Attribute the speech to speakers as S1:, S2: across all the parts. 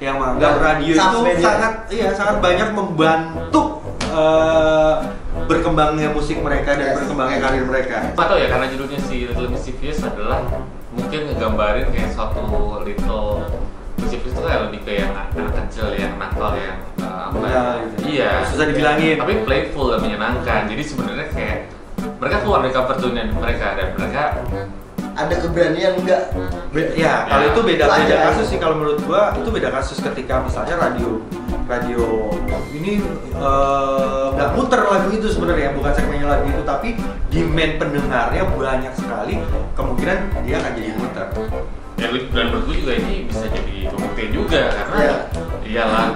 S1: yang menganggap Ya, radio itu
S2: Sosmed ya.
S1: sangat iya sangat banyak membantu eh, berkembangnya musik mereka dan
S2: Yes.
S1: berkembangnya karir mereka.
S3: Gak tau ya karena judulnya si Little Mischievous adalah mungkin ngegambarin kayak suatu little Mischievous itu kayak lebih ke yang anak kecil yang nakal yang uh, apa ya?
S1: Nakal gitu.
S3: Iya.
S1: Susah dibilangin.
S3: Tapi playful dan menyenangkan. Jadi sebenarnya kayak mereka keluar dari comfort zone mereka dan mereka
S2: ada keberanian enggak
S1: Be- ya,
S2: Nah,
S1: kalau
S3: Ya.
S1: itu beda
S2: Lah,
S1: beda
S2: ya.
S1: kasus sih kalau menurut gua itu beda kasus ketika misalnya radio radio ini eh, nggak muter lagu itu sebenarnya bukan segmennya lagu itu tapi demand pendengarnya banyak sekali kemungkinan dia akan jadi muter.
S3: ya, dan menurut gue juga ini bisa jadi pembuktian juga karena
S2: Iya.
S3: iyalah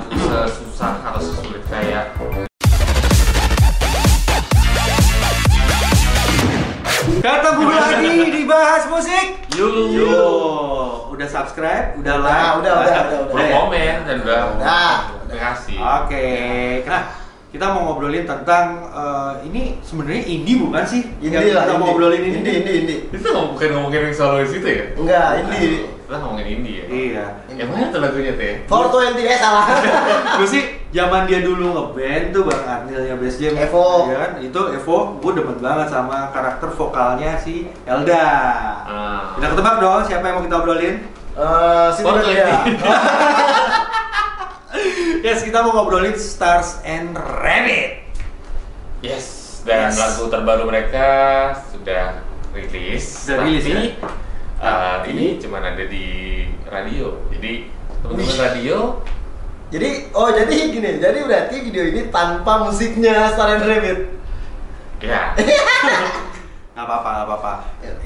S3: sesusah atau sesulit kayak
S1: Iya, Ketemu lagi di bahas musik.
S3: you,
S1: Yo, udah subscribe, udah like,
S2: Ah, udah, udah, udah, udah.
S3: udah
S1: ya?
S3: komen dan udah
S2: Udah.
S1: Nah.
S3: kasih.
S1: Oke, nah kita mau ngobrolin tentang eh, ini sebenarnya indie bukan sih? Yang
S2: Indi lah
S1: kita mau
S2: indie.
S1: ngobrolin ini.
S2: Indi, Indi, Indi.
S3: Kita ngom- bukan ngomongin yang selalu di situ ya?
S2: Enggak, Indi.
S3: Kita ngomongin India.
S1: Iya.
S3: Yang mana tuh lagunya teh?
S2: 420 eh salah.
S1: Gue sih zaman dia dulu ngeband tuh Bang Arnil yang best jam.
S2: Evo.
S1: Iya kan? Itu Evo, gue demen banget sama karakter vokalnya si Elda.
S3: Ah.
S1: Udah ketebak dong siapa yang mau kita obrolin?
S2: Eh, sini
S3: 420.
S2: dia.
S1: Yes, kita mau ngobrolin Stars and Rabbit.
S3: Yes. Dan
S1: Yes.
S3: lagu terbaru mereka sudah rilis.
S1: Sudah rilis,
S3: Tapi,
S1: ya?
S3: uh, ini cuma ada di radio. Jadi teman-teman radio
S2: Jadi, oh jadi gini, jadi berarti video ini tanpa musiknya Star and Rabbit.
S3: ya
S1: Gak apa-apa, gak apa-apa.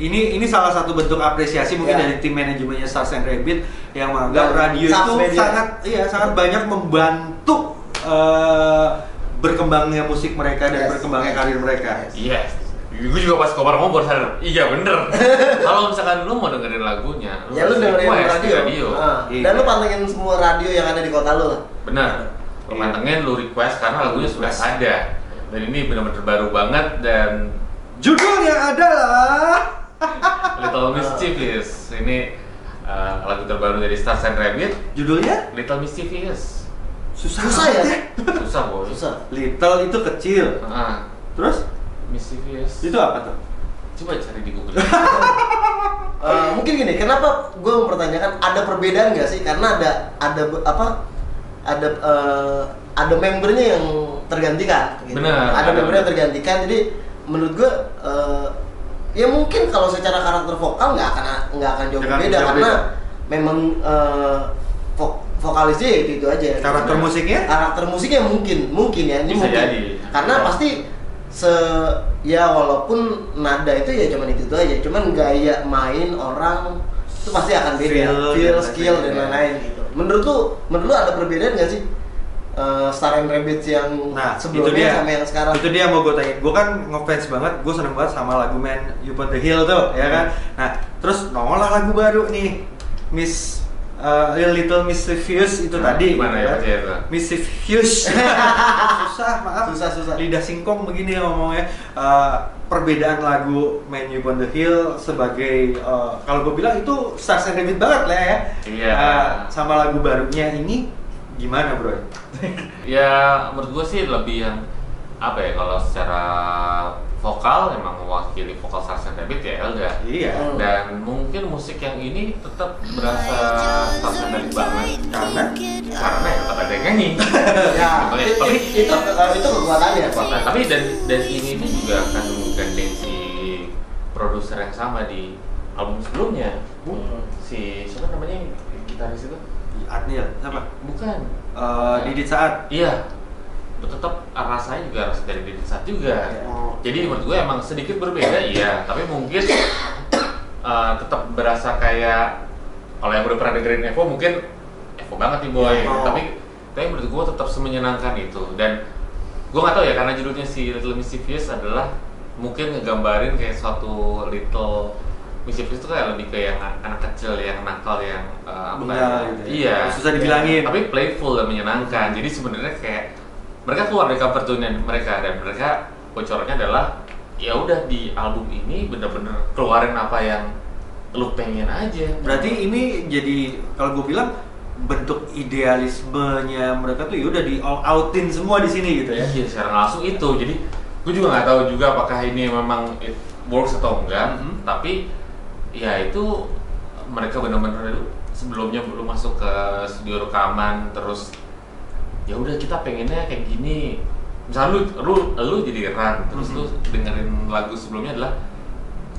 S1: Ini ini salah satu bentuk apresiasi mungkin
S2: Ya.
S1: dari tim manajemennya Stars and Rabbit yang menganggap
S2: Dan
S1: radio itu
S2: Submedia.
S1: sangat iya sangat banyak membantu eh, berkembangnya musik mereka dan
S2: Yes.
S1: berkembangnya karir mereka.
S2: Yes.
S3: Yes. iya. Gue juga pas kobar ngobrol sadar, iya bener. Kalau misalkan lu mau dengerin lagunya,
S2: Ya lu
S3: harus
S2: dengerin
S3: request di
S2: radio.
S3: radio.
S2: Ah,
S1: Iya.
S2: Dan lu pantengin semua radio yang ada di kota lu. lah.
S3: Benar.
S1: Iya.
S3: Lu mantengin, lu request karena lagunya sudah ada. Dan ini benar-benar baru banget dan
S1: Judulnya adalah
S3: Little Mischievous ini uh, lagu terbaru dari Stars and Rabbit
S1: Judulnya
S3: Little Mischievous
S1: susah,
S2: Susah ya?
S1: banget
S3: susah boy
S2: Susah.
S1: Little itu kecil.
S3: Ah,
S1: Terus
S3: mischievous
S1: itu apa tuh?
S3: coba cari di Google
S2: Eh, mungkin gini, kenapa gue mempertanyakan ada perbedaan nggak sih? Karena ada ada be- apa? Ada eh, ada membernya yang tergantikan. gitu.
S3: Benar,
S2: Ada
S3: ada
S2: membernya yang
S3: member.
S2: tergantikan. Jadi menurut gue eh, ya mungkin kalau secara karakter vokal nggak akan nggak akan jauh
S1: Nggak akan
S2: berbeda
S1: jauh
S2: karena
S1: beda.
S2: memang eh, vok- vokalisnya ya itu, aja.
S1: Karakter
S3: Benar.
S1: musiknya?
S2: Karakter musiknya mungkin mungkin ya ini
S3: Bisa
S2: mungkin.
S3: jadi.
S2: Karena
S3: Ya.
S2: pasti se ya walaupun nada itu ya cuman itu, itu aja cuman gaya main orang itu pasti akan beda
S1: Feel
S2: feel,
S1: dan
S2: skill dan
S1: lain-lain.
S2: lain-lain gitu menurut lu menurut lu ada perbedaan nggak sih Eh Star and Rabbit yang
S1: Nah, itu dia.
S2: sebelumnya sama yang sekarang
S1: Itu dia yang mau gue tanya. Gue kan ngefans banget, gue seneng banget sama lagu Man You Put The Hill tuh, ya kan? Nah, terus nongol lah lagu baru nih, Miss uh, Little Mischievous itu
S3: Nah,
S1: tadi.
S3: gimana ya
S1: kan?
S3: bacanya tuh?
S1: Mischievous. susah, maaf.
S2: Susah, susah.
S1: Lidah singkong begini ya ngomongnya. Eh, perbedaan lagu Man You Put The Hill sebagai eh, kalau gue bilang itu stars and Rabbit banget lah ya.
S3: Iya.
S1: Eh, sama lagu barunya ini gimana, Bro?
S3: ya menurut gue sih lebih yang apa ya kalau secara vokal emang mewakili vokal Stars and Rabbit ya Elda
S1: Iya.
S2: Hmm.
S3: dan mungkin musik yang ini tetap berasa Stars and Rabbit banget
S1: Karena
S3: karena ya tetap ada yang nyanyi
S2: ya
S3: Tapi-
S2: itu
S3: tapi-
S2: itu, eh, itu kekuatannya
S3: Nah, tapi dan dan ini itu juga akan menggandeng si produser yang sama di album sebelumnya.
S2: Hmm.
S3: Si siapa namanya yang gitaris itu?
S1: Adnil, apa?
S3: Bukan.
S1: Eh, Didit Saat.
S3: Iya. Tetap rasanya juga harus dari Didit Saat juga.
S2: Iya.
S3: Jadi menurut gue emang sedikit berbeda iya, tapi mungkin eh, tetap berasa kayak kalau yang udah pernah dengerin Evo mungkin Evo banget nih boy.
S1: Iya.
S3: Tapi tapi menurut gue tetap semenyenangkan itu dan gue nggak tahu ya karena judulnya si Little Mischievous adalah mungkin ngegambarin kayak suatu little mischievous itu kayak lebih ke yang anak kecil yang nakal yang eh, apa
S1: Bengal
S3: ya?
S1: gitu ya.
S3: iya
S1: Susah dibilangin.
S3: tapi playful dan menyenangkan jadi sebenarnya kayak mereka keluar dari comfort zone mereka dan mereka bocorannya adalah ya udah di album ini bener-bener keluarin apa yang lu pengen aja
S1: Berarti ini jadi kalau gue bilang bentuk idealismenya mereka tuh ya udah di all outin semua di sini gitu ya.
S3: Iya, secara langsung itu. Jadi gue juga nggak tahu juga apakah ini memang it works atau enggak.
S1: Mhm.
S3: Tapi ya itu mereka benar-benar sebelumnya belum masuk ke studio rekaman terus ya udah kita pengennya kayak gini. Misalnya lu, lu, lu jadi run,
S1: Mhm.
S3: terus lu dengerin lagu sebelumnya adalah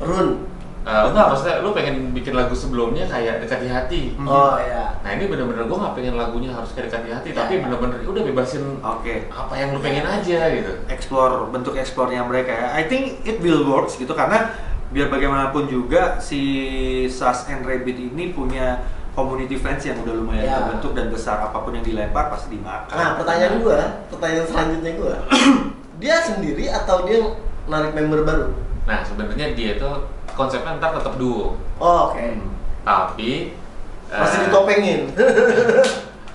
S2: Run.
S3: eh, enggak maksudnya lu pengen bikin lagu sebelumnya kayak dekat di hati.
S1: Mhm.
S2: Oh iya.
S3: Nah ini bener-bener gue nggak pengen lagunya harus kayak dekat di hati,
S2: Ya.
S3: tapi bener-bener udah bebasin
S1: Oke.
S3: apa yang lu pengen aja gitu.
S1: Explore bentuk explore-nya mereka ya. I think it will works gitu karena biar bagaimanapun juga si Sas and Rabbit ini punya community fans yang udah lumayan
S2: Ya.
S1: terbentuk dan besar apapun yang dilempar pasti dimakan.
S2: Nah, pertanyaan gua, pertanyaan selanjutnya gua. dia sendiri atau dia narik member baru?
S3: Nah sebenarnya dia itu konsepnya ntar tetap duo,
S2: Oh, oke.
S1: Hmm.
S3: tapi
S2: Masih
S3: eh,
S2: ditopengin.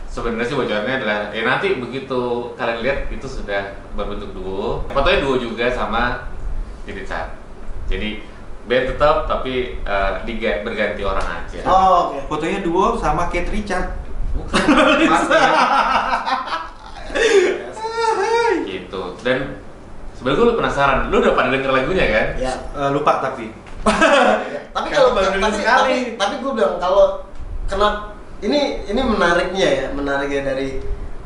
S3: Sebenarnya sih bocorannya adalah ya nanti begitu kalian lihat itu sudah berbentuk duo. Fotonya duo juga sama Didi Chan. Jadi band tetap tapi eh, diga- berganti orang aja.
S2: oh, oke.
S1: Fotonya duo sama Kate Richard.
S3: Bukan. Pasti. gitu. Dan sebenarnya gue penasaran, lu udah pada denger lagunya kan?
S2: Ya.
S1: Eh, lupa tapi.
S2: Tapi kalau
S1: Baru
S2: tapi,
S1: dengar
S2: tapi,
S1: sekali.
S2: tapi, gue bilang kalau kena ini ini menariknya ya, menariknya dari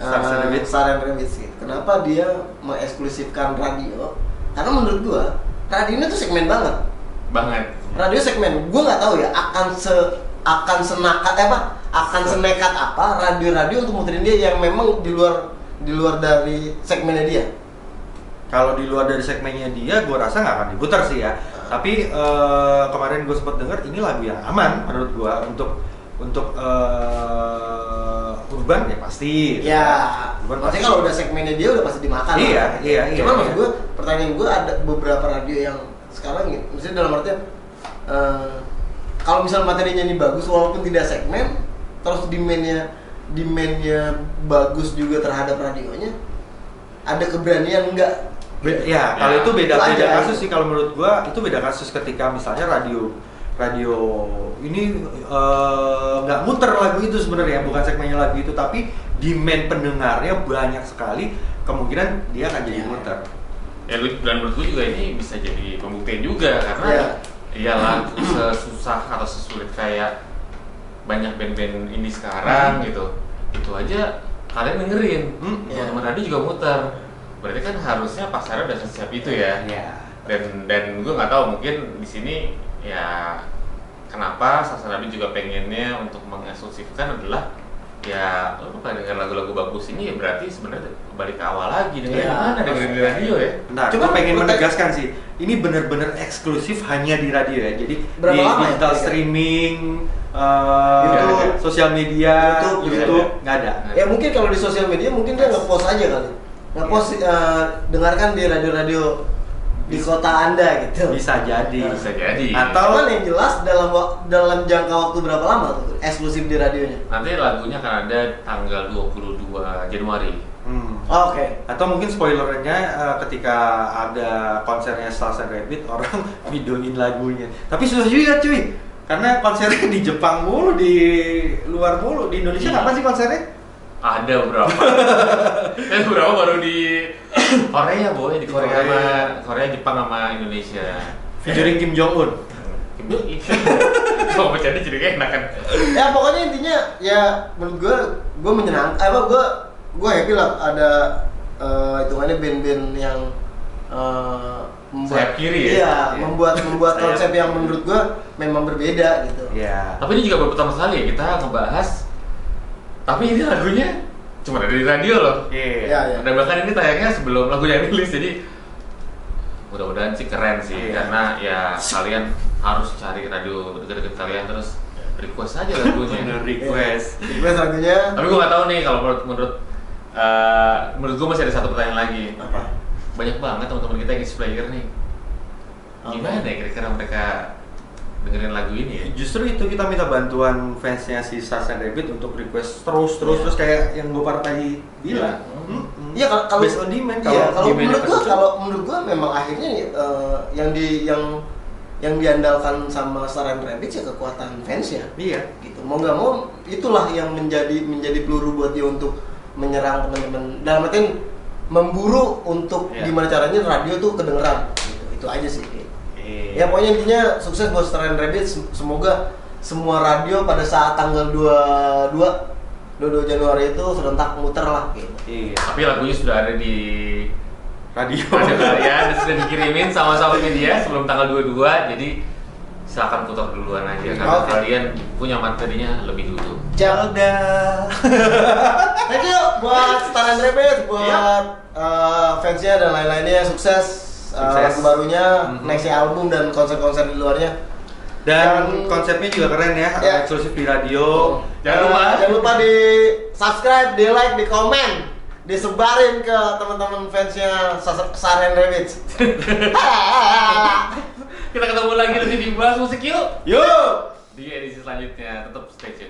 S1: Stars and
S2: eh,
S1: Rabbits.
S2: Stars and Rabbits gitu. Kenapa dia mengeksklusifkan radio? Karena menurut gua radio ini tuh segmen banget.
S3: Banget.
S2: radio segmen gue nggak tahu ya akan se akan senakat eh, apa akan senekat apa radio-radio untuk muterin dia yang memang di luar di luar dari segmennya dia
S1: kalau di luar dari segmennya dia gue rasa nggak akan diputar sih ya tapi eh, kemarin gue sempat dengar ini lagu yang aman menurut gue untuk untuk eh, urban ya pasti
S2: ya
S1: urban
S2: maksudnya kalau udah segmennya dia udah pasti dimakan lah.
S1: Iya, iya, iya,
S2: cuman
S1: iya.
S2: maksud gue pertanyaan gue ada beberapa radio yang sekarang gitu maksudnya dalam artian eh, kalau misal materinya ini bagus walaupun tidak segmen terus demandnya demandnya bagus juga terhadap radionya ada keberanian enggak
S1: Be- ya kalau
S3: Ya.
S1: itu beda
S2: Itu
S1: beda
S2: aja.
S1: kasus sih kalau menurut gue itu beda kasus ketika misalnya radio radio ini eh, nggak muter lagu itu sebenarnya bukan segmennya lagu itu tapi demand pendengarnya banyak sekali kemungkinan dia akan jadi
S2: Ya.
S1: muter
S3: Ya lu dan menurut gue juga ini bisa jadi pembuktian juga karena
S2: Iya.
S3: iyalah sesusah atau sesulit kayak banyak band-band ini sekarang gitu. Itu aja kalian dengerin.
S1: Hmm,
S2: Hmm. iya.
S3: Teman-teman radio juga muter. Berarti kan harusnya pasarnya udah siap itu ya.
S1: ya
S3: dan dan gue nggak tahu mungkin di sini ya kenapa Sasanabi juga pengennya untuk mengeksklusifkan adalah ya lu pada denger lagu-lagu bagus ini ya berarti sebenarnya balik ke awal lagi
S2: Iya.
S3: dengerin mana dengerin di radio ya
S1: Bentar,
S2: Cuman
S1: gua pengen
S2: menurut-
S1: menegaskan sih, ini bener-bener eksklusif hanya di radio ya. Jadi
S2: Berapa
S1: di
S2: lama ya,
S1: digital
S2: kira-kira?
S1: streaming, eh,
S2: YouTube.
S1: sosial media,
S2: YouTube,
S1: YouTube,
S3: YouTube.
S1: nggak ada.
S2: Ya mungkin kalau di sosial media mungkin dia ngepost aja kali. Ngepost
S1: Iya.
S2: eh, dengarkan di radio-radio di kota Anda gitu.
S1: Bisa jadi.
S3: bisa jadi
S1: Atau-
S2: Cuman yang jelas dalam wak- dalam jangka waktu berapa lama tuh eksklusif di radionya?
S3: nanti lagunya akan ada tanggal 22 Januari
S1: Hmm.
S2: Oke.
S1: Atau mungkin spoilernya eh, ketika ada konsernya Stars and Rabbit orang videoin lagunya. Tapi susah juga cuy, karena konsernya di Jepang mulu, di luar mulu, di Indonesia
S3: Iya.
S1: kapan sih konsernya?
S3: ada berapa eh berapa baru di Korea boy
S1: Di
S3: di
S1: Korea.
S3: Korea sama Korea Jepang sama Indonesia
S1: Featuring Kim Jong Un.
S3: Kok bercanda jadi kayak enakan
S2: Ya pokoknya intinya ya menurut gue gue menyenang eh, apa gue gue happy lah ada eh, hitungannya band-band yang eh,
S3: Sayap kiri ya?
S2: Iya,
S1: Iya.
S2: membuat membuat
S1: Sayap.
S2: konsep yang menurut gue memang berbeda gitu.
S1: Ya.
S3: Iya. Tapi ini juga baru pertama kali ya kita ngebahas Tapi ini lagunya cuma ada di radio loh
S2: Iya, iya.
S3: Nah, Dan bahkan ini tayangnya sebelum lagunya rilis jadi Mudah-mudahan sih keren sih
S1: Iya.
S3: Karena ya kalian harus cari radio deket-deket kalian terus request aja
S1: Bener
S3: lagunya
S1: request.
S2: Gue selanjutnya
S3: Tapi gua gak tahu nih kalau menurut menurut eh, menurut gua masih ada satu pertanyaan lagi
S2: apa?
S3: Banyak banget teman-teman kita yang guest player nih
S2: Apa?
S3: Gimana ya kira-kira mereka dengerin lagu ini ya?
S1: Justru itu kita minta bantuan fansnya si Stars and Rabbit untuk request terus terus
S2: Iya.
S1: terus kayak yang gue tadi bilang.
S3: Iya.
S1: Hmm, hmm.
S2: Iya kalau kalau
S1: based on demand
S2: iya, kalau
S1: demand-nya
S2: menurut gua
S1: kenceng.
S2: kalau menurut gua memang akhirnya eh, yang di yang yang diandalkan sama Saran Rabbits ya kekuatan fans ya
S1: Iya.
S2: gitu mau nggak mau itulah yang menjadi menjadi peluru buat dia untuk menyerang teman-teman dalam artian memburu untuk
S3: Iya.
S2: gimana caranya radio tuh kedengeran gitu. itu aja sih
S3: Iya.
S2: ya pokoknya intinya sukses buat Saran Rabbits Sem- semoga semua radio pada saat tanggal 22 22 Januari itu serentak muter lah gitu
S1: Iya.
S3: Tapi lagunya sudah ada di
S1: Radio.
S3: radio kalian dan sudah dikirimin sama-sama media sebelum tanggal 22 jadi silakan putar duluan aja karena
S2: Oke.
S3: kalian punya materinya lebih dulu.
S2: Jalda. Thank you buat Staran Rabbit, buat eh, fansnya dan lain-lainnya sukses. eh,
S1: Sukses.
S2: lagu barunya,
S1: Mhm.
S2: next album dan konser-konser di luarnya.
S1: Dan
S2: Yang-
S1: konsepnya juga keren ya,
S2: Iya.
S1: eksklusif di radio.
S3: Jangan
S2: Eh,
S3: lupa.
S2: jangan lupa di subscribe, di like, di komen, disebarin ke teman-teman fansnya Saran Rabbit.
S3: Kita ketemu lagi lebih dibahas musik yuk
S1: Yuk!
S3: di edisi selanjutnya. Tetap stay tune.